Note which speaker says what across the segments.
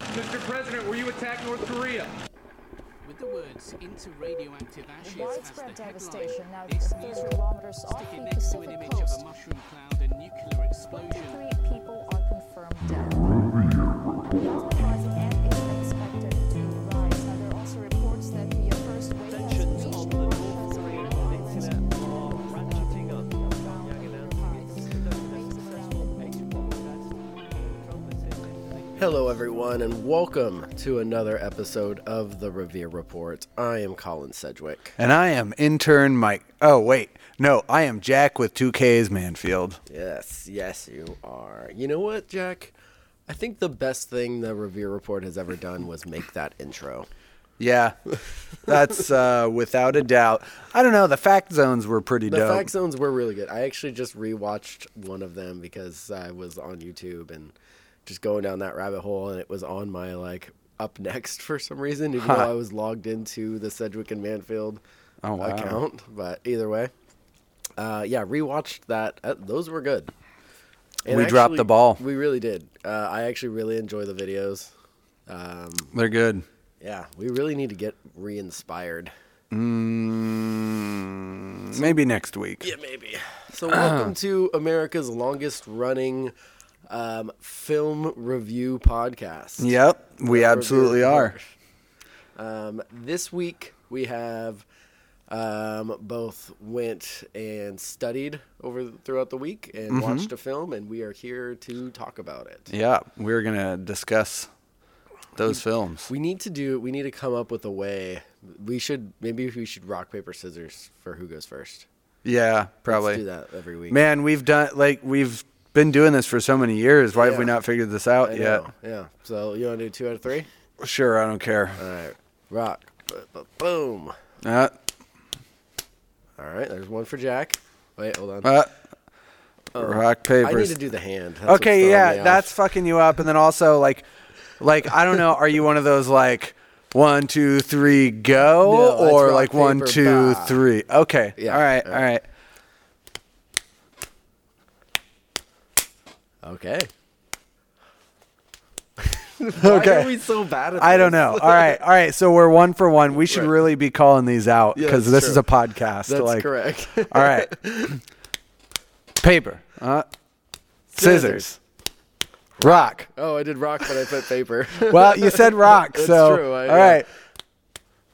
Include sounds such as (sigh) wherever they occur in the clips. Speaker 1: Mr. President, will you attack North Korea?
Speaker 2: With the words into radioactive ashes
Speaker 3: widespread
Speaker 2: as the
Speaker 3: devastation now
Speaker 2: headline, this
Speaker 3: three
Speaker 2: news
Speaker 3: kilometers off
Speaker 2: stick it
Speaker 3: the
Speaker 2: next to an
Speaker 3: Pacific
Speaker 2: image
Speaker 3: coast.
Speaker 2: of a mushroom cloud and nuclear explosion.
Speaker 3: Three people are confirmed dead. The Oslo rising and is expected to rise. Now, there are also reports that the first wave has
Speaker 4: Tensions
Speaker 3: reached
Speaker 4: on the North
Speaker 3: North
Speaker 4: Korean
Speaker 3: Korean
Speaker 4: peninsula
Speaker 3: islands.
Speaker 4: are ratcheting up. Pyongyang announcing it's conducted a successful eight-pronged test. Trump has said it's linked
Speaker 5: Hello, everyone, and welcome to another episode of the Revere Report. I am Colin Sedgwick.
Speaker 6: And I am intern Mike. Oh, wait. No, I am Jack with 2Ks Manfield.
Speaker 5: Yes, yes, you are. You know what, Jack? I think the best thing the Revere Report has ever done was make that intro.
Speaker 6: Yeah. That's uh, without a doubt. I don't know. The fact zones were pretty
Speaker 5: The
Speaker 6: dope.
Speaker 5: fact zones were really good. I actually just rewatched one of them because I was on YouTube and just going down that rabbit hole, and it was on my like up next (laughs) for some reason, even
Speaker 6: (laughs)
Speaker 5: though I was logged into the Sedgwick and Manfield
Speaker 6: Oh, wow.
Speaker 5: account. But either way, uh, yeah, rewatched that. Uh, those were good.
Speaker 6: We dropped the ball.
Speaker 5: We really did. Uh, I actually really enjoy the videos. Um,
Speaker 6: They're good.
Speaker 5: yeah, we really need to get re-inspired.
Speaker 6: Mm, maybe next week.
Speaker 5: Yeah, maybe. So, welcome to America's longest running um, film review podcast.
Speaker 6: Yep. We absolutely are.
Speaker 5: Um, this week we have um, both went and studied over throughout the week and watched a film, and we are here to talk about it.
Speaker 6: Mm-hmm. Yeah. We're going to discuss those films.
Speaker 5: We need to do. We need to come up with a way. We should maybe we should rock paper scissors for who goes first.
Speaker 6: Yeah, probably.
Speaker 5: Let's do that every week.
Speaker 6: Man, we've done, like, we've been doing this for so many years. Why have we
Speaker 5: Yeah.
Speaker 6: not figured this
Speaker 5: I
Speaker 6: out yet?
Speaker 5: know, Yeah. So you want to do two out of three?
Speaker 6: Sure. I don't care.
Speaker 5: All right. Rock. Bu- bu- Boom.
Speaker 6: Uh,
Speaker 5: All right. There's one for Jack. Wait, hold on.
Speaker 6: uh, rock, paper,
Speaker 5: Oh. I need to do the hand. That's what's
Speaker 6: okay
Speaker 5: throwing
Speaker 6: yeah
Speaker 5: me off.
Speaker 6: that's fucking you up and then also like like i don't know are you one of those like one two three go
Speaker 5: No, that's
Speaker 6: or
Speaker 5: rock,
Speaker 6: like one
Speaker 5: paper,
Speaker 6: two
Speaker 5: bah.
Speaker 6: three okay
Speaker 5: Yeah,
Speaker 6: all right
Speaker 5: all
Speaker 6: all right
Speaker 5: okay. Why are
Speaker 6: okay
Speaker 5: we so bad at
Speaker 6: I don't
Speaker 5: this?
Speaker 6: know. All right, all right. So we're one for one. We should
Speaker 5: Right.
Speaker 6: really be calling these out
Speaker 5: Yeah,
Speaker 6: because
Speaker 5: that's
Speaker 6: this
Speaker 5: true.
Speaker 6: is a podcast.
Speaker 5: That's
Speaker 6: like,
Speaker 5: correct.
Speaker 6: All right. Paper. Uh, scissors. Rock.
Speaker 5: (laughs) oh, I did rock, but I put
Speaker 6: (laughs)
Speaker 5: paper. (laughs)
Speaker 6: Well, you said rock,
Speaker 5: That's
Speaker 6: so
Speaker 5: true, I-
Speaker 6: all
Speaker 5: yeah.
Speaker 6: right.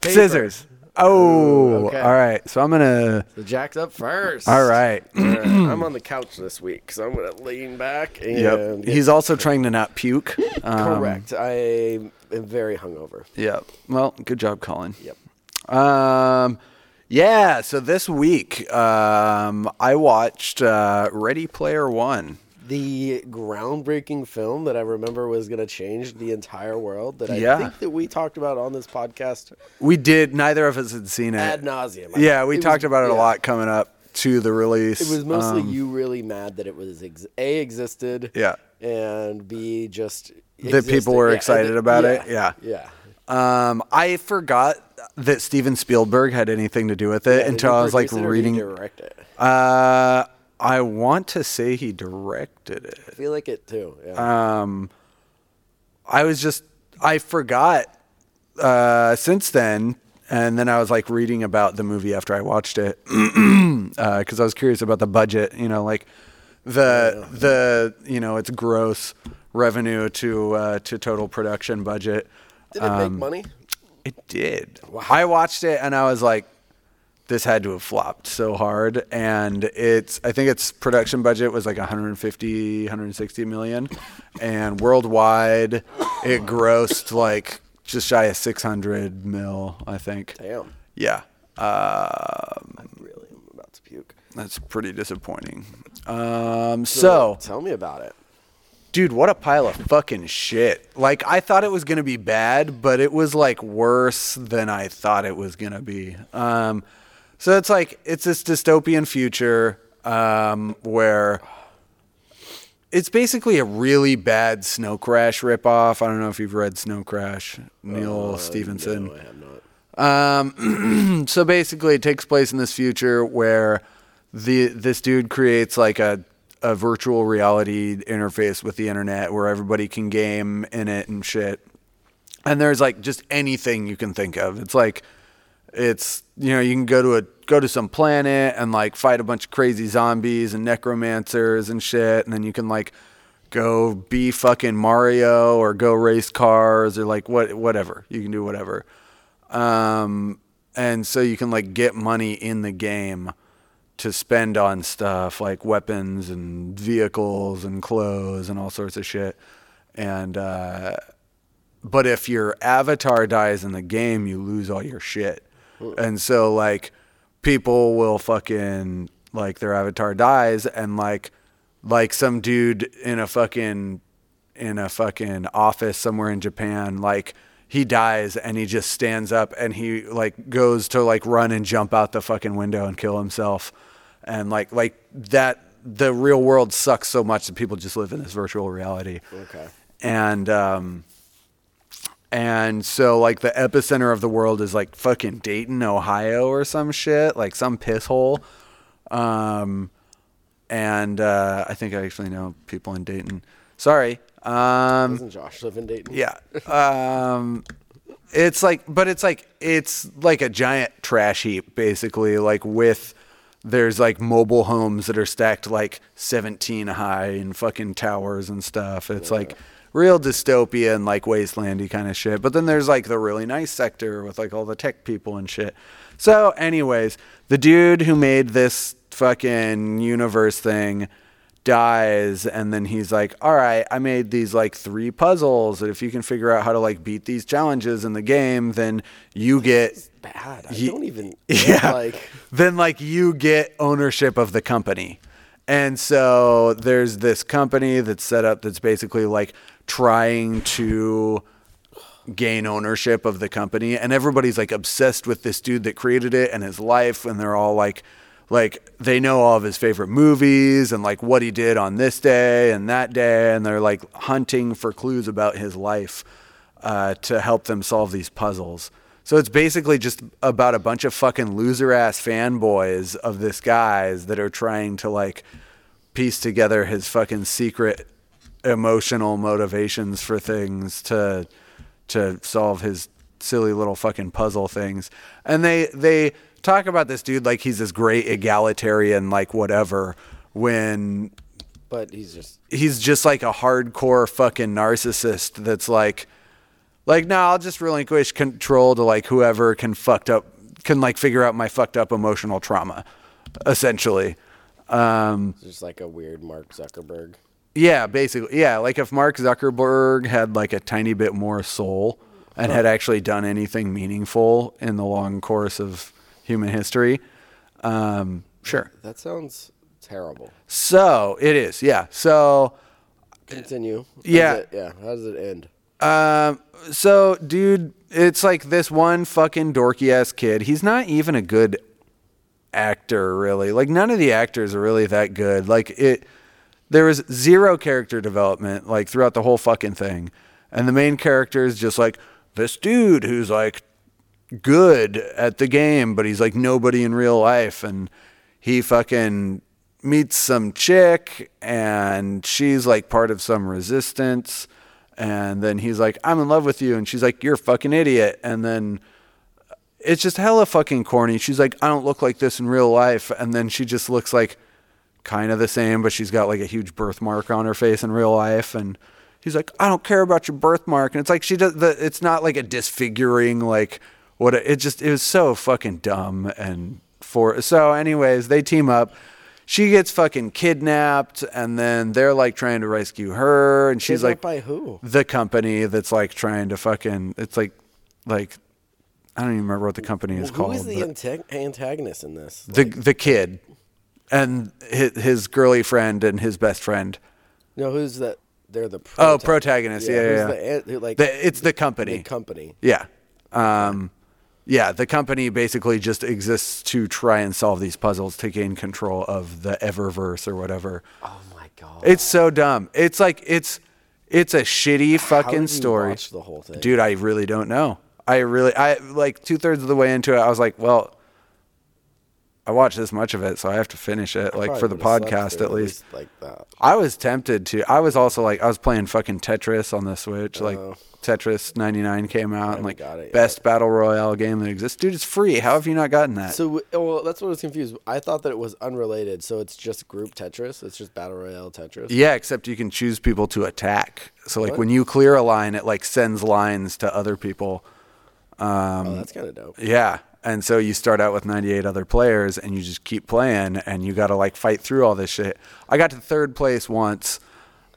Speaker 5: Paper.
Speaker 6: Scissors. Oh,
Speaker 5: okay.
Speaker 6: all right. So I'm gonna.
Speaker 5: The Jack's up first.
Speaker 6: All right. (clears throat)
Speaker 5: All right, I'm on the couch this week, so I'm gonna lean back and
Speaker 6: Yep.
Speaker 5: get-
Speaker 6: He's also trying to not puke. Um,
Speaker 5: correct. I am very hungover.
Speaker 6: Yep. Well, good job, Colin.
Speaker 5: Yep.
Speaker 6: Um, yeah. So this week, um, I watched uh, Ready Player One.
Speaker 5: The groundbreaking film that I remember was gonna change the entire world. That I
Speaker 6: Yeah.
Speaker 5: think that we talked about on this podcast
Speaker 6: We did. Neither of us had seen it.
Speaker 5: ad nauseum.
Speaker 6: yeah, we talked about it
Speaker 5: yeah.
Speaker 6: a lot coming up to the release.
Speaker 5: It was mostly
Speaker 6: Um,
Speaker 5: you really mad that it was ex- a existed.
Speaker 6: Yeah.
Speaker 5: And b just
Speaker 6: That people
Speaker 5: existed.
Speaker 6: were
Speaker 5: and
Speaker 6: excited about it? Yeah.
Speaker 5: Yeah.
Speaker 6: Um, I forgot that Steven Spielberg had anything to do with it
Speaker 5: Did
Speaker 6: until
Speaker 5: he
Speaker 6: I was like
Speaker 5: produce it or did he
Speaker 6: reading.
Speaker 5: direct it.
Speaker 6: uh, I want to say he directed it.
Speaker 5: I feel like it too. Yeah.
Speaker 6: Uh, I was just I forgot uh, since then, and then I was like reading about the movie after I watched it (clears throat) because I was curious about the budget. You know, like the the you know its gross revenue to uh, to total production budget.
Speaker 5: Did it
Speaker 6: um,
Speaker 5: make money?
Speaker 6: It did. I watched it and I was like, this had to have flopped so hard. And it's, I think its production budget was like 150, 160 million. And worldwide, it grossed like just shy of 600 mil, I think.
Speaker 5: Damn.
Speaker 6: Yeah. Um,
Speaker 5: Really, I'm about to puke.
Speaker 6: that's pretty disappointing. Um, so,
Speaker 5: tell me about it.
Speaker 6: dude, what a pile of fucking shit. Like, I thought it was going to be bad, but it was like worse than I thought it was going to be. Um, so it's like, it's this dystopian future um, where it's basically a really bad Snow Crash ripoff. I don't know if you've read Snow Crash, Neil Stevenson.
Speaker 5: No, I have not.
Speaker 6: (clears throat) So basically, it takes place in this future where the this dude creates like a a virtual reality interface with the internet where everybody can game in it and shit. and there's like just anything you can think of. It's like it's you know you can go to a go to some planet and like fight a bunch of crazy zombies and necromancers and shit, and then you can like go be fucking Mario or go race cars or like what whatever you can do whatever. Um, and so you can like get money in the game to spend on stuff like weapons and vehicles and clothes and all sorts of shit. And uh, but if your avatar dies in the game, you lose all your shit. And so like people will fucking like their avatar dies and like like some dude in a fucking in a fucking office somewhere in Japan like he dies and he just stands up and he like goes to like run and jump out the fucking window and kill himself and like like that the real world sucks so much that people just live in this virtual reality
Speaker 5: Okay.
Speaker 6: and um and so like the epicenter of the world is like fucking Dayton, Ohio or some shit, like some piss hole. Um and uh I think I actually know people in Dayton. Sorry. Um
Speaker 5: Doesn't Josh live in Dayton?
Speaker 6: yeah. Um it's like but it's like it's like a giant trash heap basically like with there's like mobile homes that are stacked like 17 high and fucking towers and stuff. It's like real dystopia and like wastelandy kind of shit. But then there's like the really nice sector with like all the tech people and shit. So anyways, the dude who made this fucking universe thing dies and then he's like all right i made these like three puzzles and if you can figure out how to like beat these challenges in the game then you get
Speaker 5: Bad. I
Speaker 6: Ye-
Speaker 5: don't even.
Speaker 6: (laughs)
Speaker 5: (laughs)
Speaker 6: yeah
Speaker 5: Like.
Speaker 6: then like you get ownership of the company and so there's this company that's set up that's basically like trying to gain ownership of the company and everybody's like obsessed with this dude that created it and his life and they're all like like they know all of his favorite movies and like what he did on this day and that day and they're like hunting for clues about his life uh, to help them solve these puzzles so it's basically just about a bunch of fucking loser ass fanboys of this guys that are trying to like piece together his fucking secret emotional motivations for things to to solve his silly little fucking puzzle things. And they they talk about this dude like he's this great egalitarian like whatever when
Speaker 5: But he's just.
Speaker 6: he's just like a hardcore fucking narcissist that's like like no i'll just relinquish control to like whoever can fucked up can like figure out my fucked up emotional trauma essentially um
Speaker 5: Just like a weird Mark Zuckerberg.
Speaker 6: yeah, basically. Yeah, like if Mark Zuckerberg had like a tiny bit more soul and had actually done anything meaningful in the long course of human history. Um, sure.
Speaker 5: That sounds terrible.
Speaker 6: So it is. Yeah. So
Speaker 5: Continue. How does
Speaker 6: Yeah.
Speaker 5: it- yeah. How does it end?
Speaker 6: Um, so, dude, it's like this one fucking dorky ass kid. He's not even a good actor, really. Like, none of the actors are really that good. Like, it, there was zero character development, like, throughout the whole fucking thing. And the main character is just like this dude who's like good at the game, but he's like nobody in real life. And he fucking meets some chick, and she's like part of some resistance. And then he's like, I'm in love with you. And she's like, You're a fucking idiot. And then it's just hella fucking corny. She's like, I don't look like this in real life. And then she just looks like kind of the same, but she's got like a huge birthmark on her face in real life. And he's like, I don't care about your birthmark. And it's like, she does the, it's not like a disfiguring, like what it, it just, it was so fucking dumb. And for, so anyways, they team up. She gets fucking kidnapped and then they're like trying to rescue her. And she's like,
Speaker 5: Kidnapped by who?
Speaker 6: The company that's like trying to fucking, it's like, like, I don't even remember what the company is
Speaker 5: Who
Speaker 6: called.
Speaker 5: is the
Speaker 6: but-
Speaker 5: antag- antagonist in this?
Speaker 6: the the kid and his, his girly friend and his best friend.
Speaker 5: No, who's the? They're the.
Speaker 6: Oh, protagonist. Yeah, yeah. yeah.
Speaker 5: who's The, an- who, like
Speaker 6: The- it's the company.
Speaker 5: the company.
Speaker 6: yeah. Um, yeah, the company basically just exists to try and solve these puzzles to gain control of the Eververse or whatever.
Speaker 5: Oh my god.
Speaker 6: It's so dumb. It's like it's it's a shitty fucking
Speaker 5: did you
Speaker 6: story.
Speaker 5: watch the whole thing?
Speaker 6: dude. I really don't know. I really I like two thirds of the way into it. I was like, well, I watched this much of it, so I have to finish it, like
Speaker 5: Probably
Speaker 6: for the
Speaker 5: would've slept
Speaker 6: podcast
Speaker 5: through
Speaker 6: at least.
Speaker 5: Like that.
Speaker 6: I was tempted to. I was also like, I was playing fucking Tetris on the Switch. like
Speaker 5: Oh.
Speaker 6: Tetris 99 came out and like
Speaker 5: got it
Speaker 6: best battle royale game that exists. Dude, it's free. How have you not gotten that?
Speaker 5: So, w- oh, well, that's what I was confused. I thought that it was unrelated. So it's just group Tetris. It's just battle royale Tetris.
Speaker 6: yeah, except you can choose people to attack. So like when you clear a line, it like sends lines to other people.
Speaker 5: oh, that's kind of dope.
Speaker 6: Yeah. And so you start out with 98 other players and you just keep playing and you got to like fight through all this shit. I got to third place once.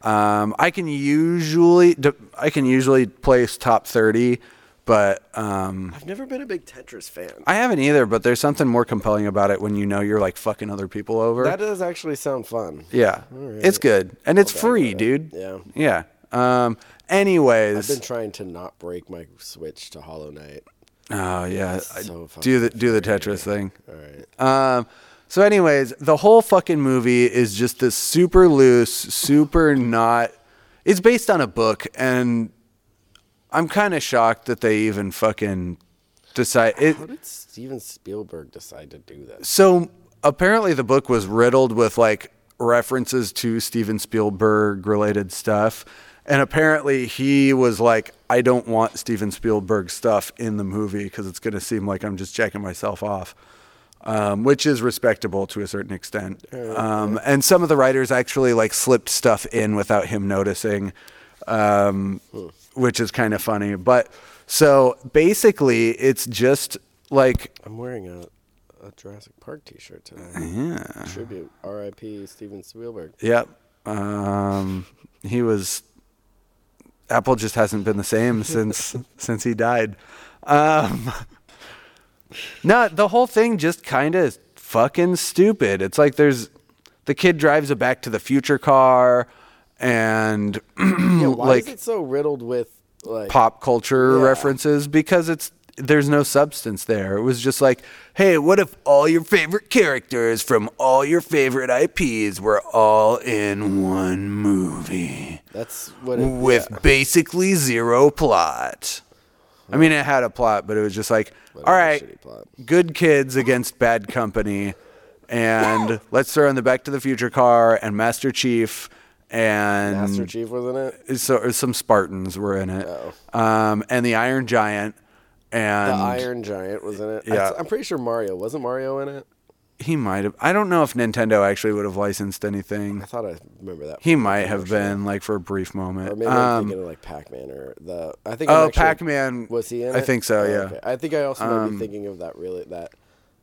Speaker 6: Um, I can usually d- I can usually place top 30, but um,
Speaker 5: I've never been a big Tetris fan.
Speaker 6: I haven't either, but there's something more compelling about it when you know you're like fucking other people over.
Speaker 5: That does actually sound fun.
Speaker 6: yeah. It's good. And it's free, dude.
Speaker 5: Yeah.
Speaker 6: Yeah. Um anyways,
Speaker 5: I've been trying to not break my Switch to Hollow Knight.
Speaker 6: Oh yeah, I-
Speaker 5: so
Speaker 6: do the
Speaker 5: fucking
Speaker 6: do the Tetris thing.
Speaker 5: All right.
Speaker 6: Um, so, anyways, the whole fucking movie is just this super loose, super not. It's based on a book, and I'm kind of shocked that they even fucking decide. It,
Speaker 5: How did Steven Spielberg decide to do this?
Speaker 6: so apparently, the book was riddled with like references to Steven Spielberg related stuff. And apparently, he was like, I don't want Steven Spielberg stuff in the movie because it's going to seem like I'm just checking myself off, um, which is respectable to a certain extent. Um, and some of the writers actually like slipped stuff in without him noticing, um, which is kind of funny. But so basically, it's just like
Speaker 5: I'm wearing a, a Jurassic Park T-shirt today. Yeah. Tribute, R.I.P. Steven Spielberg.
Speaker 6: Yep. Um, he was. Apple just hasn't been
Speaker 5: (laughs)
Speaker 6: the same since since he died. Um, no, the whole thing just kind of fucking stupid. It's like there's the kid drives a Back to the Future car, and (clears throat)
Speaker 5: Yeah, why
Speaker 6: Mm, like-
Speaker 5: is it so riddled with like?
Speaker 6: pop culture
Speaker 5: Yeah.
Speaker 6: references because it's there's no substance there. It was just like, hey, what if all your favorite characters from all your favorite IPs were all in one movie
Speaker 5: That's what. It,
Speaker 6: with basically zero plot? I mean, it had a plot, but it was just like,
Speaker 5: But it
Speaker 6: all
Speaker 5: was a
Speaker 6: right,
Speaker 5: shitty plot.
Speaker 6: good kids against bad company, and
Speaker 5: (laughs)
Speaker 6: let's throw in the Back to the Future car and Master Chief and
Speaker 5: yeah. Master Chief was in it.
Speaker 6: so or some Spartans were in it, um, and the Iron Giant, and
Speaker 5: Oh. The Iron Giant was in it. I-
Speaker 6: Yeah.
Speaker 5: I'm pretty sure Mario wasn't Mario in it.
Speaker 6: he might have. I don't know if Nintendo actually would have licensed anything.
Speaker 5: I thought I remember that.
Speaker 6: He
Speaker 5: from the
Speaker 6: might have
Speaker 5: commercial.
Speaker 6: been like for a brief moment.
Speaker 5: Or maybe I'm
Speaker 6: Um,
Speaker 5: thinking of like Pac-Man or the. I think.
Speaker 6: Oh,
Speaker 5: I'm actually-
Speaker 6: Pac-Man,
Speaker 5: Was he in?
Speaker 6: I
Speaker 5: it?
Speaker 6: think so,
Speaker 5: Oh,
Speaker 6: yeah. Um,
Speaker 5: I think I also might be thinking of that really that,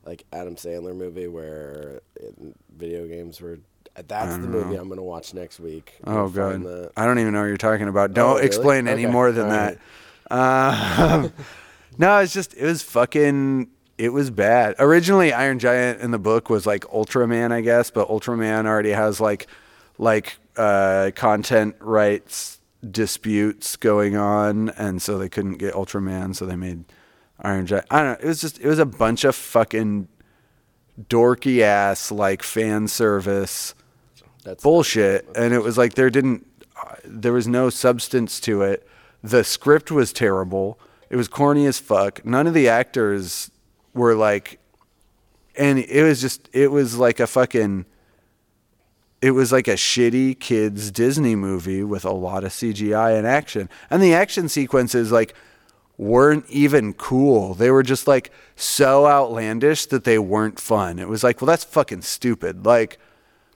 Speaker 5: like Adam Sandler movie where it, video games were. That's the movie I'm gonna watch next week. I'm
Speaker 6: Uh-huh. oh
Speaker 5: gonna
Speaker 6: god,
Speaker 5: find that.
Speaker 6: I don't even know what you're talking about. Don't
Speaker 5: really?
Speaker 6: explain any
Speaker 5: Okay,
Speaker 6: more than
Speaker 5: all
Speaker 6: that.
Speaker 5: right.
Speaker 6: Um, (laughs) no, it's just it was fucking. It was bad. Originally, Iron Giant in the book was like Ultraman, I guess, but Ultraman already has like like uh, content rights disputes going on, and so they couldn't get Ultraman, so they made Iron Giant. I don't know. It was just it was a bunch of fucking dorky ass like fan service
Speaker 5: That's
Speaker 6: bullshit and it was like there didn't uh, there was no substance to it the script was terrible it was corny as fuck none of the actors were like and it was just it was like a fucking it was like a shitty kids Disney movie with a lot of CGI and action. And the action sequences like weren't even cool. They were just like so outlandish that they weren't fun. It was like, well that's fucking stupid. Like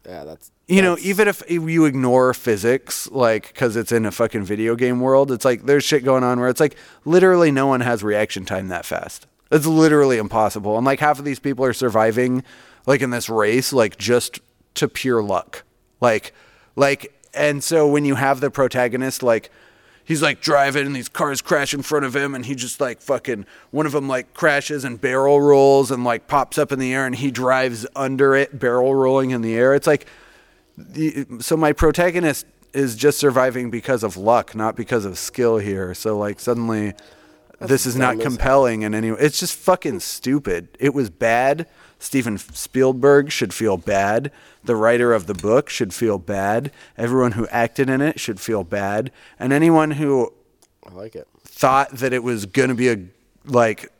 Speaker 5: Yeah, that's.
Speaker 6: you know,
Speaker 5: that's-
Speaker 6: even if you ignore physics, like, because it's in a fucking video game world, it's like there's shit going on where it's like literally no one has reaction time that fast. It's literally impossible. And like half of these people are surviving, like, in this race, like, just to pure luck. Like, like, and so when you have the protagonist, like, he's like driving and these cars crash in front of him and he just like fucking one of them like crashes and barrel rolls and like pops up in the air and he drives under it barrel rolling in the air it's like the- so my protagonist is just surviving because of luck, not because of skill here. So like suddenly, this is not
Speaker 5: dumb as hell.
Speaker 6: compelling in any. It's just fucking stupid. It was bad. Steven Spielberg should feel bad. The writer of the book should feel bad. Everyone who acted in it should feel bad, and anyone who
Speaker 5: I like it.
Speaker 6: thought that it was gonna be a like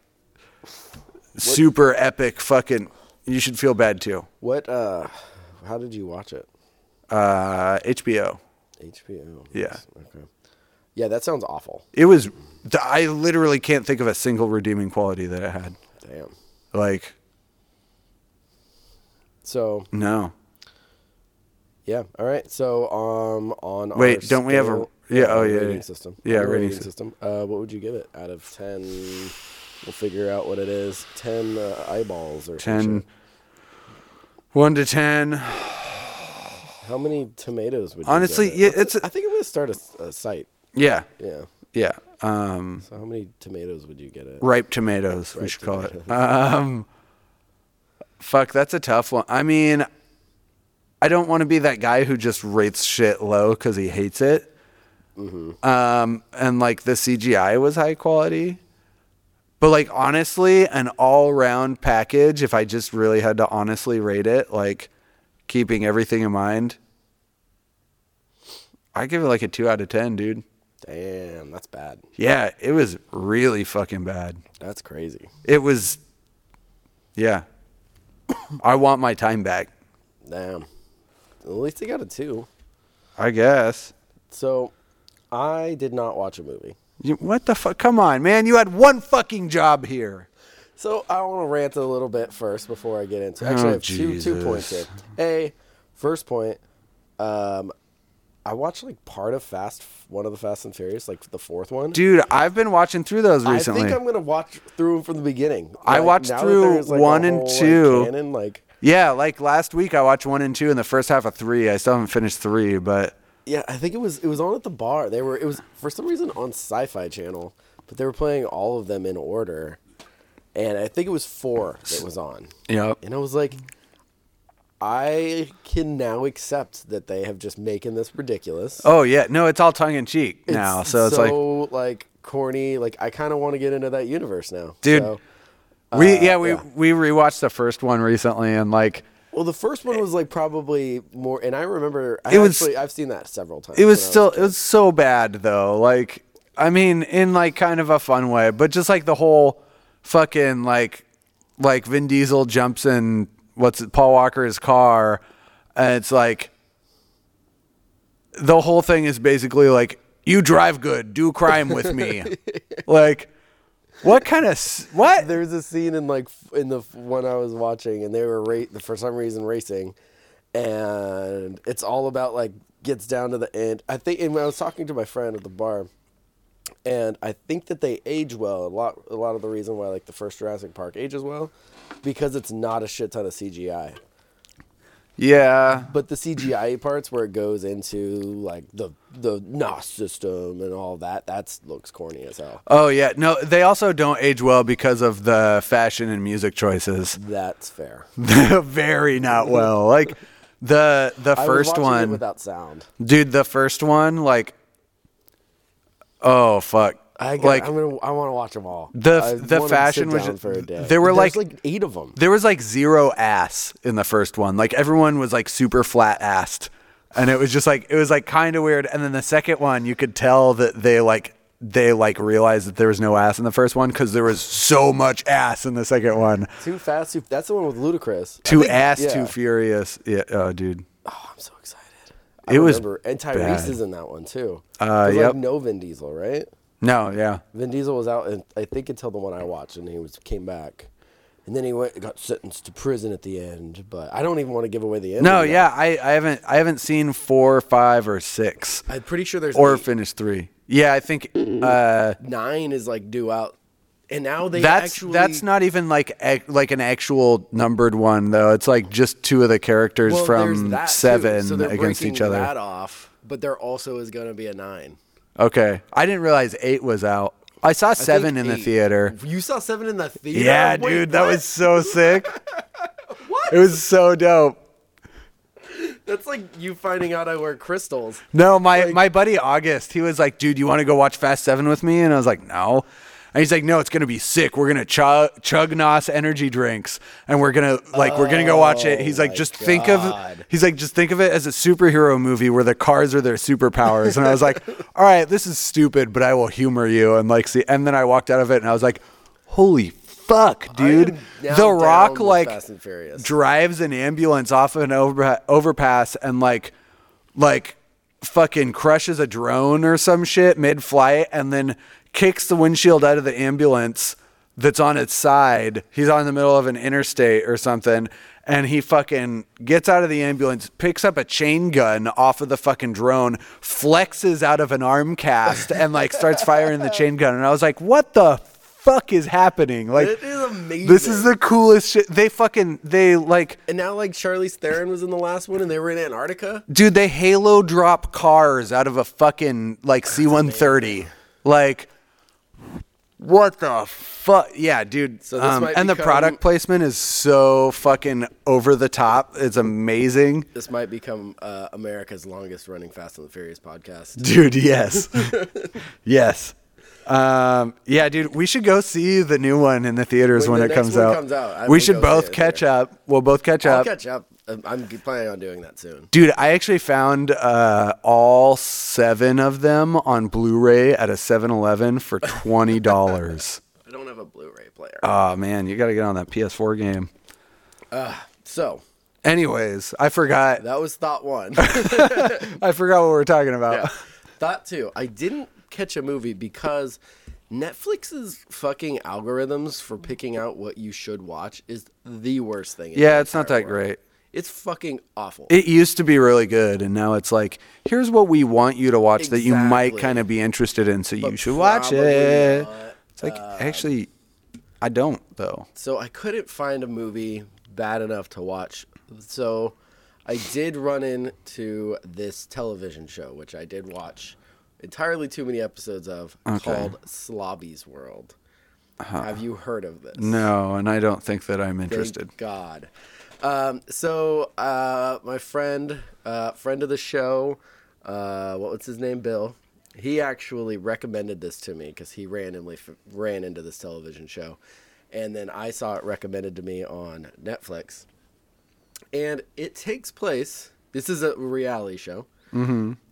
Speaker 6: super epic fucking You should feel bad too.
Speaker 5: What? uh How did you watch it?
Speaker 6: Uh, HBO.
Speaker 5: HBO.
Speaker 6: Yeah.
Speaker 5: Okay. Yeah, that sounds awful.
Speaker 6: It was. I literally can't think of a single redeeming quality that it had.
Speaker 5: Damn.
Speaker 6: Like,
Speaker 5: So
Speaker 6: no.
Speaker 5: yeah, all right. So um, on
Speaker 6: Wait,
Speaker 5: our
Speaker 6: don't we have a-
Speaker 5: scale-
Speaker 6: yeah, oh,
Speaker 5: on the
Speaker 6: yeah,
Speaker 5: rating
Speaker 6: yeah.
Speaker 5: system.
Speaker 6: Yeah,
Speaker 5: On the
Speaker 6: rating
Speaker 5: rating system. Uh, what would you give it out of ten? We'll figure out what it is. Ten uh, eyeballs or some
Speaker 6: 10.
Speaker 5: shit.
Speaker 6: 1 to 10.
Speaker 5: How many tomatoes would you
Speaker 6: Honestly,
Speaker 5: give it?
Speaker 6: yeah,
Speaker 5: Let's-
Speaker 6: it's a-
Speaker 5: I think I'm gonna start a, s- a site.
Speaker 6: Yeah.
Speaker 5: Yeah.
Speaker 6: Yeah. Um,
Speaker 5: So how many tomatoes would you get it?
Speaker 6: ripe tomatoes, we
Speaker 5: Ripe
Speaker 6: should call it. Um, fuck, that's a tough one. I mean, I don't want to be that guy who just rates shit low because he hates it. Um, and like the CGI was high quality. But like honestly, an all-round package. If I just really had to honestly rate it, like keeping everything in mind, I give it like a two out of ten, dude.
Speaker 5: Damn, that's bad.
Speaker 6: Yeah, it was really fucking bad.
Speaker 5: That's crazy.
Speaker 6: It was, yeah. (coughs) I want my time back.
Speaker 5: Damn. At least they got a two.
Speaker 6: I guess.
Speaker 5: So I did not watch a movie.
Speaker 6: You, what the fuck? Come on, man. You had one fucking job here.
Speaker 5: So I want to rant a little bit first before I get into. Actually, I
Speaker 6: Oh,
Speaker 5: have two, two points here.
Speaker 6: Jesus.
Speaker 5: A first point, um, I watched like part of Fast, one of the Fast and Furious, like the fourth one.
Speaker 6: Dude, I've been watching through those
Speaker 5: I
Speaker 6: recently.
Speaker 5: think I'm gonna watch through them from the beginning.
Speaker 6: I watched
Speaker 5: now that
Speaker 6: through
Speaker 5: there's, a
Speaker 6: one and
Speaker 5: whole, like,
Speaker 6: two.
Speaker 5: canon, like
Speaker 6: yeah, like last week I watched one and two in the first half of three. I still haven't finished three, but
Speaker 5: Yeah, I think it was it was on at the bar. They were it was for some reason on Sci-Fi Channel, but they were playing all of them in order, and I think it was four that was on.
Speaker 6: Yep.
Speaker 5: And I was like, I can now accept that they have just making this ridiculous
Speaker 6: oh yeah, no, it's all tongue in cheek now. So it's like,
Speaker 5: so like corny. Like I kind of want to get into that universe now,
Speaker 6: dude,
Speaker 5: So-
Speaker 6: we yeah we
Speaker 5: uh, yeah.
Speaker 6: we rewatched the first one recently and like
Speaker 5: well, the first one was like probably more, and I remember I
Speaker 6: It was-
Speaker 5: actually, I've seen that several times.
Speaker 6: it
Speaker 5: when I
Speaker 6: was still it was so bad though like i mean in like kind of a fun way but just like the whole fucking like like vin diesel jumps in what's it paul walker's car and it's like the whole thing is basically like you drive good do crime with me like what kind of s- what
Speaker 5: there's a scene in like f- in the f- one I was watching, and they were ra- for some reason racing, and it's all about like gets down to the end. I think, and when I was talking to my friend at the bar, and I think that they age well. A lot, a lot of the reason why like the first Jurassic Park ages well, because it's not a shit ton of CGI.
Speaker 6: yeah
Speaker 5: But the
Speaker 6: (clears throat)
Speaker 5: CGI parts where it goes into like the the NOS system and all that, that looks corny as hell.
Speaker 6: oh yeah no they also don't age well because of the fashion and music choices
Speaker 5: That's fair.
Speaker 6: (laughs) very not well. Like the the
Speaker 5: I was
Speaker 6: first
Speaker 5: watching it
Speaker 6: one,
Speaker 5: without sound.
Speaker 6: dude. The first one, like, oh fuck,
Speaker 5: I got,
Speaker 6: like
Speaker 5: I'm gonna, I want to watch them all.
Speaker 6: The-
Speaker 5: I
Speaker 6: the
Speaker 5: wanna
Speaker 6: fashion
Speaker 5: sit
Speaker 6: was
Speaker 5: down
Speaker 6: ju-
Speaker 5: for a day.
Speaker 6: there were,
Speaker 5: There's,
Speaker 6: like-
Speaker 5: eight of them.
Speaker 6: there was like zero ass in the first one. Like everyone was like super flat assed, and it was just like it was like kind of weird. And then the second one, you could tell that they like they like realized that there was no ass in the first one because there was so much ass in the second one.
Speaker 5: Too fast. Too, that's the one with Ludacris. I
Speaker 6: (laughs) Too
Speaker 5: think-
Speaker 6: ass,
Speaker 5: yeah.
Speaker 6: too furious. Yeah, oh dude.
Speaker 5: Oh, I'm so excited. I
Speaker 6: It was
Speaker 5: remember. and Tyrese
Speaker 6: bad.
Speaker 5: is in that one too.
Speaker 6: Uh,
Speaker 5: There's,
Speaker 6: yep.
Speaker 5: Like no Vin Diesel, right?
Speaker 6: No, yeah.
Speaker 5: Vin Diesel was out, and I think until the one I watched, and he was came back, and then he went got sentenced to prison at the end. But I don't even want to give away the end.
Speaker 6: No, yeah, I, I haven't I haven't seen four, five, or six,
Speaker 5: I'm pretty sure there's
Speaker 6: or
Speaker 5: eight. Mm,
Speaker 6: finished three. Yeah, I think uh,
Speaker 5: nine is like due out, and now they
Speaker 6: that's
Speaker 5: actually
Speaker 6: that's not even like ac- like an actual numbered one though. It's like just two of the characters
Speaker 5: Well, there's
Speaker 6: from
Speaker 5: that, too.
Speaker 6: seven
Speaker 5: So they're
Speaker 6: against
Speaker 5: breaking
Speaker 6: each other.
Speaker 5: That off, but there also is going to be a nine.
Speaker 6: Okay, I didn't realize eight was out. I saw
Speaker 5: I
Speaker 6: seven
Speaker 5: think
Speaker 6: in the
Speaker 5: eight.
Speaker 6: theater.
Speaker 5: You saw seven in the theater.
Speaker 6: Yeah,
Speaker 5: Wait,
Speaker 6: dude, that
Speaker 5: what?
Speaker 6: was
Speaker 5: (laughs)
Speaker 6: so sick. It was so dope.
Speaker 5: that's like you finding out I wear crystals.
Speaker 6: No, my my buddy August, he was like, "Dude, you want to go watch Fast Seven with me?" And I was like, "No." And he's like, "No, it's gonna be sick. We're gonna chug, chug Nos energy drinks, and we're gonna like we're gonna go watch it." He's like,
Speaker 5: Oh my
Speaker 6: "Just think of,"
Speaker 5: God.
Speaker 6: he's like, "Just think of it as a superhero movie where the cars are their superpowers." and I
Speaker 5: (laughs)
Speaker 6: was like, "All right, this is stupid, but I will humor you and like see." And then I walked out of it, and I was like, "Holy." fuck, dude.
Speaker 5: am now
Speaker 6: The
Speaker 5: down
Speaker 6: Rock
Speaker 5: with
Speaker 6: like
Speaker 5: Fast and Furious.
Speaker 6: drives an ambulance off of an over- overpass and like like fucking crushes a drone or some shit mid flight and then kicks the windshield out of the ambulance that's on its side. He's on the middle of an interstate or something and he fucking gets out of the ambulance, picks up a chain gun off of the fucking drone, flexes out of an arm cast and like starts firing the chain gun and I was like, "What the fuck is happening?" Like
Speaker 5: It is amazing.
Speaker 6: This is the coolest shit. They fucking they like
Speaker 5: And now, like Charlize Theron was in the last one, and they were in Antarctica.
Speaker 6: dude, they halo drop cars out of a fucking like C one thirty. Like what the fuck? Yeah, dude.
Speaker 5: So this
Speaker 6: um,
Speaker 5: might
Speaker 6: and the
Speaker 5: become-
Speaker 6: product placement is so fucking over the top. It's amazing. (laughs)
Speaker 5: This might become uh, America's longest-running Fast and the Furious podcast. (laughs)
Speaker 6: Dude, yes. yes. Um, yeah, dude, we should go see the new one in the theaters when,
Speaker 5: When the
Speaker 6: it
Speaker 5: next
Speaker 6: comes
Speaker 5: one
Speaker 6: out.
Speaker 5: comes out, I
Speaker 6: we
Speaker 5: will
Speaker 6: should
Speaker 5: go see
Speaker 6: both
Speaker 5: it
Speaker 6: catch
Speaker 5: there.
Speaker 6: up. We'll both catch
Speaker 5: I'll
Speaker 6: up.
Speaker 5: catch up. Um, I'm g- planning on doing that soon.
Speaker 6: Dude, I actually found uh, all seven of them on Blu-ray at a
Speaker 5: (laughs)
Speaker 6: 7-Eleven for twenty dollars.
Speaker 5: I don't have a Blu-ray player.
Speaker 6: oh man, you got to get on that PS4 game.
Speaker 5: so
Speaker 6: Anyways, I forgot.
Speaker 5: that was thought
Speaker 6: (laughs)
Speaker 5: one.
Speaker 6: I forgot what we were
Speaker 5: (laughs)
Speaker 6: talking about.
Speaker 5: Thought two. Uh, I didn't catch a movie because Netflix's fucking algorithms for picking out what you should watch is the worst thing. in
Speaker 6: (laughs) Yeah,
Speaker 5: the
Speaker 6: it's not
Speaker 5: entire
Speaker 6: that
Speaker 5: world.
Speaker 6: great.
Speaker 5: It's fucking awful.
Speaker 6: It used to be really good, and now it's like, here's what we want you to watch that you might
Speaker 5: Exactly.
Speaker 6: kind of be interested in, so you
Speaker 5: But
Speaker 6: should watch
Speaker 5: probably
Speaker 6: it.
Speaker 5: not. Uh,
Speaker 6: It's like actually, I don't though.
Speaker 5: so I couldn't find a movie bad enough to watch. So I did run into this television show, which I did watch entirely too many episodes of, called Slobby's World. Have you heard of this?
Speaker 6: No, and I don't think that I'm interested.
Speaker 5: Thank God. Um, so uh, my friend, uh, friend of the show, uh, what was his name? Bill. He actually recommended this to me because he randomly f- ran into this television show, and then I saw it recommended to me on Netflix. And it takes place. This is a reality show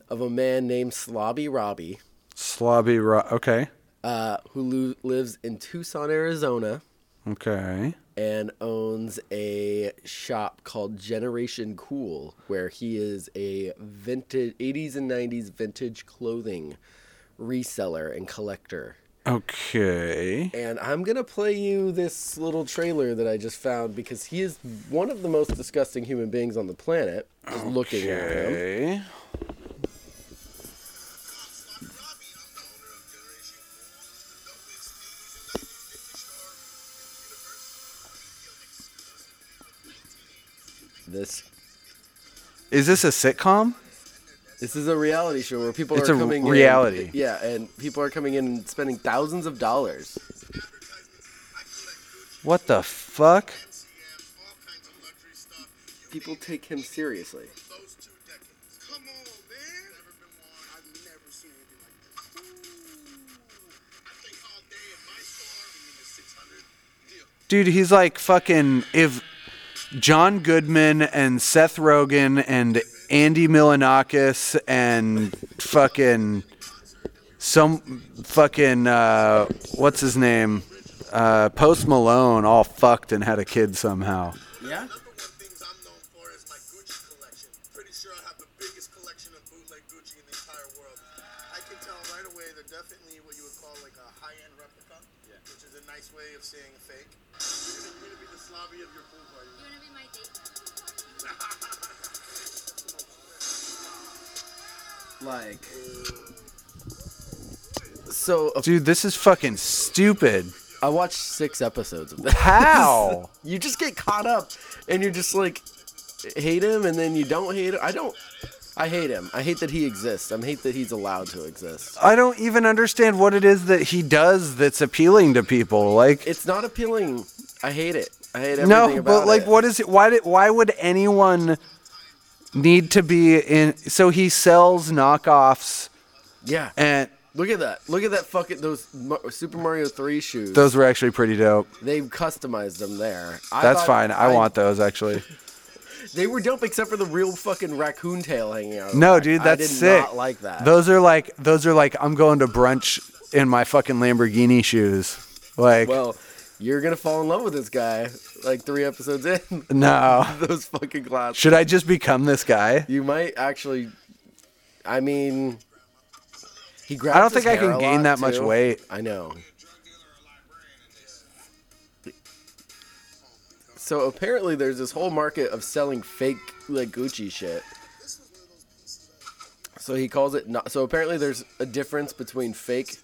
Speaker 5: of a man named Slobby Robbie
Speaker 6: Slobby rock. Okay.
Speaker 5: uh, who lo- lives in Tucson, Arizona.
Speaker 6: Okay.
Speaker 5: and owns a shop called Generation Cool, where he is a vintage 80s and 90s vintage clothing reseller and collector.
Speaker 6: Okay.
Speaker 5: And I'm gonna play you this little trailer that I just found because he is one of the most disgusting human beings on the planet. Just looking at him.
Speaker 6: Okay.
Speaker 5: This
Speaker 6: Is this a sitcom?
Speaker 5: this is a reality show where people
Speaker 6: It's
Speaker 5: are
Speaker 6: a
Speaker 5: coming in-
Speaker 6: reality.
Speaker 5: yeah, and people are coming in and spending thousands of dollars.
Speaker 6: What the fuck?
Speaker 5: People take him seriously.
Speaker 7: those two decades. Come on, man. Never been one. I've never seen anything like this. I think all day in my store, give me the 600 deal.
Speaker 6: Dude, he's like fucking if John Goodman and Seth Rogen and Andy Milanakis and fucking some fucking uh what's his name? Uh Post Malone all fucked and had a kid somehow.
Speaker 5: Yeah.
Speaker 7: Number one things I'm known for is my Gucci collection. Pretty sure I have the biggest collection of bootleg Gucci in the entire world. I can tell right away they're definitely what you would call like a high-end replica, which is a nice way of saying fake. You're gonna, you're gonna be the slobby of your pool party.
Speaker 8: You wanna be my date?
Speaker 5: like so uh,
Speaker 6: Dude, this is fucking stupid.
Speaker 5: i watched six episodes of that
Speaker 6: How?
Speaker 5: (laughs) you just get caught up and you're just like hate him and then you don't hate him i don't i hate him i hate that he exists i hate that he's allowed to exist
Speaker 6: I don't even understand what it is that he does that's appealing to people. Like
Speaker 5: it's not appealing i hate it i hate everything
Speaker 6: No,
Speaker 5: about
Speaker 6: but like,
Speaker 5: it.
Speaker 6: what is it? Why did? Why would anyone need to be in? So he sells knockoffs,
Speaker 5: yeah
Speaker 6: and
Speaker 5: look at that look at that fucking those Mar- super mario 3 shoes
Speaker 6: those were actually pretty dope.
Speaker 5: they've customized them there I
Speaker 6: That's
Speaker 5: thought-
Speaker 6: fine. I, want those actually.
Speaker 5: they were dope except for the real fucking raccoon tail hanging out of the
Speaker 6: No,
Speaker 5: back.
Speaker 6: dude,
Speaker 5: I
Speaker 6: that's
Speaker 5: did
Speaker 6: sick.
Speaker 5: not like that
Speaker 6: Those are like those are like I'm going to brunch in my fucking Lamborghini shoes. Like
Speaker 5: Well, You're gonna fall in love with this guy like three episodes in. (laughs)
Speaker 6: No.
Speaker 5: Those fucking glasses.
Speaker 6: Should I just become this guy?
Speaker 5: You might actually. I mean, he grabs.
Speaker 6: I don't think
Speaker 5: his
Speaker 6: I
Speaker 5: hair
Speaker 6: can
Speaker 5: a
Speaker 6: gain
Speaker 5: lot,
Speaker 6: that much
Speaker 5: too.
Speaker 6: weight.
Speaker 5: I know.
Speaker 7: A drug dealer or a librarian in this.
Speaker 5: So apparently, there's this whole market of selling fake like Gucci shit. So he calls it. No- so apparently, there's a difference between fake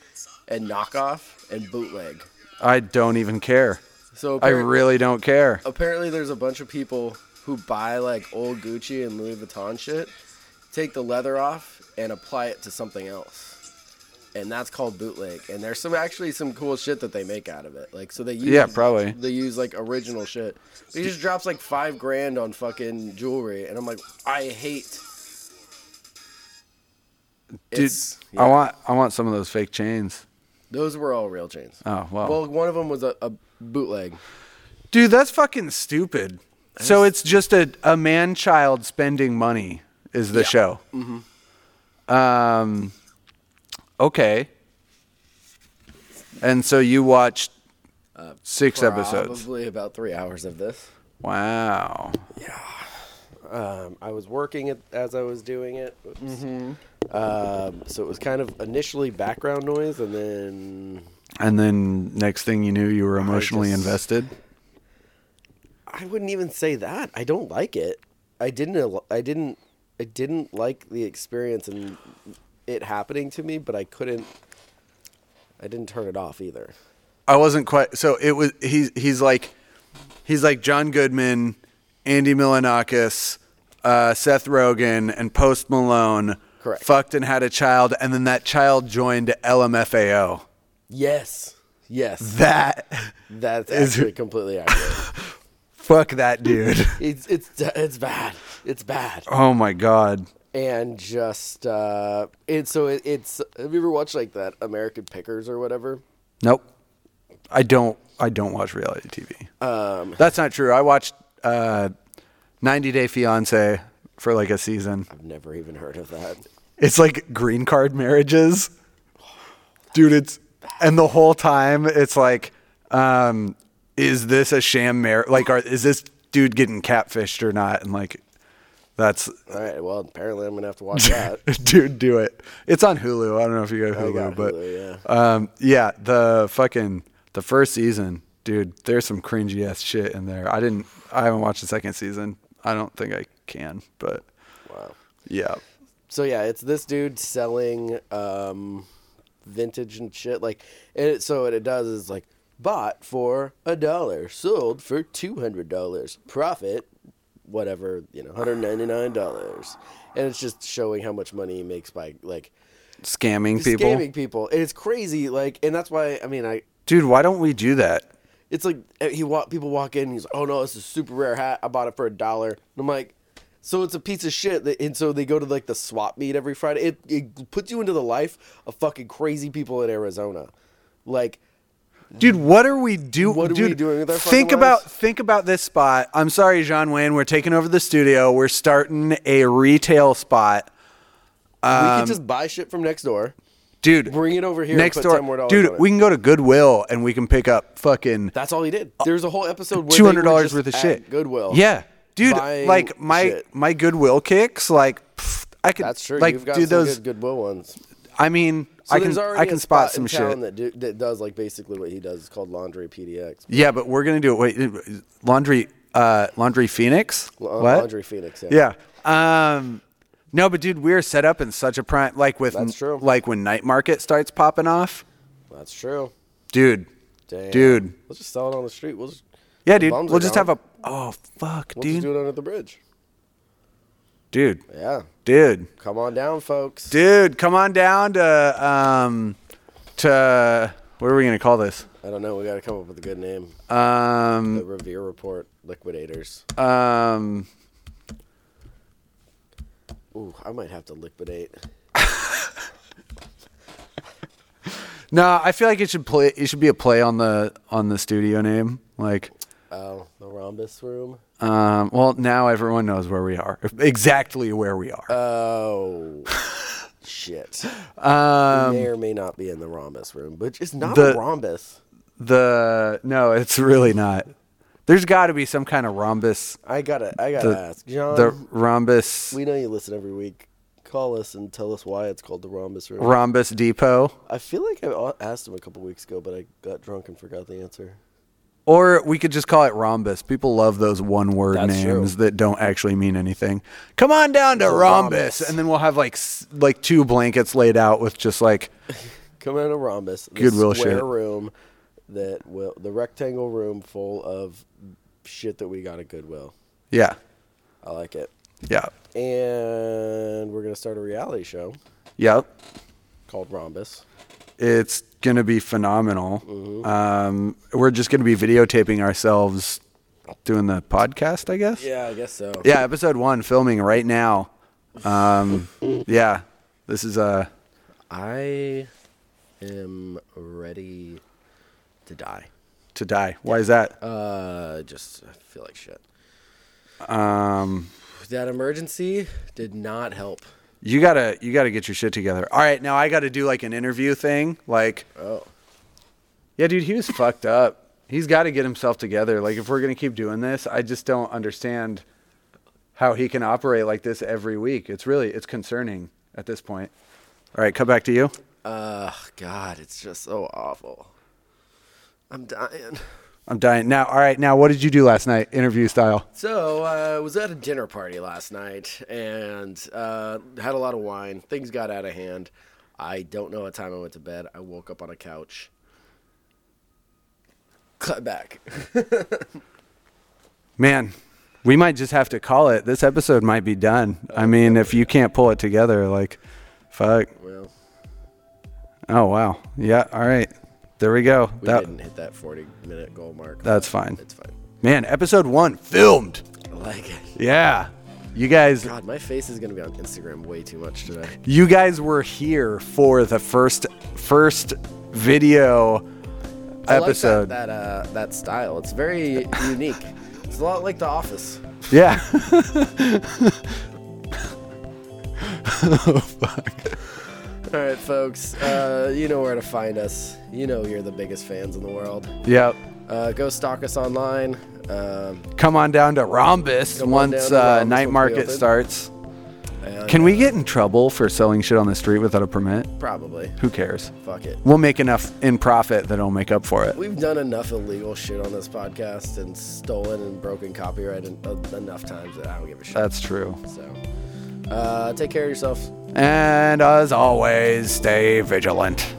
Speaker 5: and knockoff and bootleg.
Speaker 6: I don't even care.
Speaker 5: So
Speaker 6: I
Speaker 5: apparent- Oh,
Speaker 6: really don't care.
Speaker 5: apparently there's a bunch of people who buy like old Gucci and Louis Vuitton shit, take the leather off and apply it to something else. And that's called bootleg. And there's some actually some cool shit that they make out of it. Like so they use
Speaker 6: Yeah, probably.
Speaker 5: they use like original shit. He just drops like five grand on fucking jewelry and I'm like, I hate
Speaker 6: Dude,
Speaker 5: It's-
Speaker 6: I
Speaker 5: yeah.
Speaker 6: want I want some of those fake chains.
Speaker 5: those were all real chains.
Speaker 6: Oh, wow.
Speaker 5: Well, one of them was a, a bootleg.
Speaker 6: Dude, that's fucking stupid. So it's just a, a man child spending money is the show. Mm-hmm. Um, okay. And so you watched six episodes.
Speaker 5: Probably about three hours of this.
Speaker 6: Wow.
Speaker 5: Um, I was working it as I was doing it.
Speaker 6: Mm-hmm.
Speaker 5: Um, so it was kind of initially background noise, and then
Speaker 6: And then next thing you knew, you were emotionally
Speaker 5: just-
Speaker 6: invested.
Speaker 5: I wouldn't even say that. I don't like it. I didn't. al- I didn't. I didn't like the experience and it happening to me, but I couldn't. I didn't turn it off either.
Speaker 6: I wasn't quite. So it was. He's he's like, he's like John Goodman, Andy Milanakis, uh, Seth Rogen, and Post Malone.
Speaker 5: Correct.
Speaker 6: Fucked and had a child, and then that child joined LMFAO.
Speaker 5: Yes. Yes.
Speaker 6: That (laughs)
Speaker 5: That's
Speaker 6: Mm-hmm. Is
Speaker 5: actually
Speaker 6: it-
Speaker 5: completely accurate.
Speaker 6: fuck that dude. (laughs)
Speaker 5: it's it's it's bad. It's bad.
Speaker 6: oh my god.
Speaker 5: and just uh it so it, it's have you ever watched like that american pickers or whatever
Speaker 6: Nope. I don't. I don't watch reality TV. Um, That's not true. I watched uh, 90 Day Fiance for like a season.
Speaker 5: i've never even heard of that
Speaker 6: It's like green card marriages. Dude, it's and the whole time it's like um is this a sham marriage? Like are is this dude getting catfished or not? And like that's (laughs)
Speaker 5: all right well apparently i'm gonna have to watch that
Speaker 6: dude, do it. It's on Hulu. I don't know if you got Hulu,
Speaker 5: got
Speaker 6: but
Speaker 5: Hulu,
Speaker 6: um yeah, the fucking the first season, dude, there's some cringy ass shit in there. I didn't I haven't watched the second season. I don't think I can, but
Speaker 5: wow
Speaker 6: yeah.
Speaker 5: so yeah it's this dude selling um vintage and shit like and it, so what it does is like bought for a dollar sold for two hundred dollars profit whatever you know hundred ninety nine dollars and it's just showing how much money he makes by like
Speaker 6: Scamming people.
Speaker 5: scamming people and it's crazy like and that's why i mean i
Speaker 6: Dude, why don't we do that?
Speaker 5: it's like uh, he walk people walk in and he's like, oh no, this is a super rare hat. I bought it for a dollar. And I'm like, so it's a piece of shit. that- And so they go to like the swap meet every Friday. It it puts you into the life of fucking crazy people in Arizona, like
Speaker 6: Dude, what are we doing?
Speaker 5: What are we doing with our fucking
Speaker 6: think about
Speaker 5: lives?
Speaker 6: think about this spot. I'm sorry, John Wayne. We're taking over the studio. We're starting a retail spot,
Speaker 5: we
Speaker 6: Um,
Speaker 5: can just buy shit from next door.
Speaker 6: dude.
Speaker 5: Bring it over here and
Speaker 6: next
Speaker 5: put
Speaker 6: door,
Speaker 5: $10 more dollars on
Speaker 6: dude.
Speaker 5: it.
Speaker 6: We can go to Goodwill and we can pick up fucking
Speaker 5: That's all he did. There's a whole episode where
Speaker 6: uh, two hundred
Speaker 5: they were
Speaker 6: dollars
Speaker 5: just
Speaker 6: worth of
Speaker 5: at
Speaker 6: shit.
Speaker 5: Goodwill.
Speaker 6: Yeah, dude.
Speaker 5: buying
Speaker 6: Like my
Speaker 5: shit.
Speaker 6: my Goodwill kicks. Like pfft, I could
Speaker 5: That's true.
Speaker 6: Like
Speaker 5: You've got
Speaker 6: do
Speaker 5: some
Speaker 6: those.
Speaker 5: good Goodwill ones.
Speaker 6: I mean,
Speaker 5: So
Speaker 6: I can
Speaker 5: there's already
Speaker 6: I
Speaker 5: a
Speaker 6: can spot,
Speaker 5: spot
Speaker 6: some
Speaker 5: in
Speaker 6: shit.
Speaker 5: town that, do, that does like basically what he does. It's called Laundry PDX.
Speaker 6: yeah, but we're gonna do it. Wait, laundry. Uh, laundry Phoenix.
Speaker 5: La- uh,
Speaker 6: what?
Speaker 5: Laundry Phoenix. Yeah.
Speaker 6: Yeah. Um, no, but dude, we are set up in such a prime. Like with
Speaker 5: That's true.
Speaker 6: like when night market starts popping off,
Speaker 5: That's true.
Speaker 6: dude.
Speaker 5: Damn.
Speaker 6: Dude.
Speaker 5: We'll just sell it on the street. We'll just
Speaker 6: Yeah,
Speaker 5: the
Speaker 6: dude.
Speaker 5: bums
Speaker 6: We'll
Speaker 5: are
Speaker 6: just
Speaker 5: gone.
Speaker 6: have a. Oh fuck,
Speaker 5: we'll
Speaker 6: dude.
Speaker 5: just do it under the bridge.
Speaker 6: Dude.
Speaker 5: Yeah.
Speaker 6: Dude.
Speaker 5: Come on down, folks.
Speaker 6: Dude, come on down to um to what are we gonna call this?
Speaker 5: I don't know. We got to come up with a good name. the
Speaker 6: Um
Speaker 5: Revere Report Liquidators.
Speaker 6: um.
Speaker 5: Ooh, I might have to liquidate.
Speaker 6: No, I feel like it should play. It should be a play on the on the studio name. Like,
Speaker 5: Oh, the Rhombus Room.
Speaker 6: um, well, now everyone knows where we are. (laughs) Exactly where we are. (laughs)
Speaker 5: Oh, shit. We may or may not be in the Rhombus Room, which is not
Speaker 6: Um, the-
Speaker 5: a rhombus.
Speaker 6: the no, it's really not. There's got to be some kind of rhombus.
Speaker 5: I gotta, I gotta
Speaker 6: The,
Speaker 5: ask, John.
Speaker 6: the rhombus
Speaker 5: we know you listen every week. Call us and tell us why it's called the Rhombus Room.
Speaker 6: rhombus depot,
Speaker 5: I feel like I a- asked him a couple weeks ago, but I got drunk and forgot the answer.
Speaker 6: or we could just call it rhombus. People love those one-word
Speaker 5: That's
Speaker 6: names
Speaker 5: true.
Speaker 6: that don't actually mean anything. Come on down to rhombus,
Speaker 5: rhombus.
Speaker 6: and then we'll have like s- like two blankets laid out with just like
Speaker 5: Come in a rhombus, the
Speaker 6: Goodwill
Speaker 5: square
Speaker 6: shit.
Speaker 5: room that will the rectangle room full of shit that we got at Goodwill.
Speaker 6: yeah,
Speaker 5: I like it.
Speaker 6: yeah,
Speaker 5: And we're gonna start a reality show
Speaker 6: yep.
Speaker 5: called Rhombus.
Speaker 6: It's gonna be phenomenal. Um, we're just gonna be videotaping ourselves doing the podcast, I guess.
Speaker 5: Yeah, I guess so.
Speaker 6: Yeah, episode one filming right now. Um, yeah, this is uh,
Speaker 5: I am ready to die.
Speaker 6: to die. Why is that?
Speaker 5: Uh, just I feel like shit.
Speaker 6: Um,
Speaker 5: That emergency did not help.
Speaker 6: you gotta you gotta get your shit together. All right, now I gotta do like an interview thing. Like,
Speaker 5: Oh,
Speaker 6: yeah, dude, he was fucked up. He's got to get himself together. Like, if we're gonna keep doing this, I just don't understand how he can operate like this every week. It's really it's concerning at this point. All right, come back to you.
Speaker 5: uh, God, it's just so awful. I'm dying.
Speaker 6: I'm dying now. All right, now what did you do last night, interview style?
Speaker 5: So I was at a dinner party last night and uh, had a lot of wine. Things got out of hand. I don't know what time I went to bed. I woke up on a couch. Cut back.
Speaker 6: Man, we might just have to call it. This episode might be done. I mean, if you can't pull it together, like, fuck.
Speaker 5: Well,
Speaker 6: Oh wow. Yeah. All right. There we go.
Speaker 5: we
Speaker 6: that
Speaker 5: didn't hit that 40 minute goal mark.
Speaker 6: that's
Speaker 5: but
Speaker 6: fine.
Speaker 5: It's fine.
Speaker 6: Man, episode one filmed.
Speaker 5: I like it.
Speaker 6: Yeah. You guys,
Speaker 5: God, my face is going to be on Instagram way too much today.
Speaker 6: you guys were here for the first first video
Speaker 5: I
Speaker 6: episode.
Speaker 5: Like that, that, uh, that style. It's very unique. It's a lot like The Office.
Speaker 6: Yeah. (laughs) oh fuck.
Speaker 5: All right, folks. Uh, you know where to find us. You know you're the biggest fans in the world.
Speaker 6: Yep.
Speaker 5: Uh, go stalk us online. Um,
Speaker 6: Come on down to Rhombus
Speaker 5: Come on down
Speaker 6: once
Speaker 5: to
Speaker 6: uh,
Speaker 5: Rhombus
Speaker 6: night
Speaker 5: when we
Speaker 6: market
Speaker 5: open.
Speaker 6: starts.
Speaker 5: and
Speaker 6: Can we get in trouble for selling shit on the street without a permit?
Speaker 5: probably?
Speaker 6: Who cares?
Speaker 5: Fuck it.
Speaker 6: We'll make enough in profit that'll make up for it.
Speaker 5: We've done enough illegal shit on this podcast and stolen and broken copyright en- uh, enough times that I don't give a shit.
Speaker 6: That's true.
Speaker 5: so, uh, take care of yourself.
Speaker 6: And as always, stay vigilant.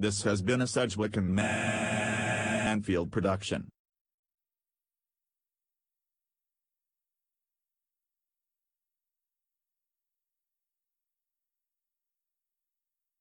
Speaker 8: This has been a Sedgwick and Manfield production.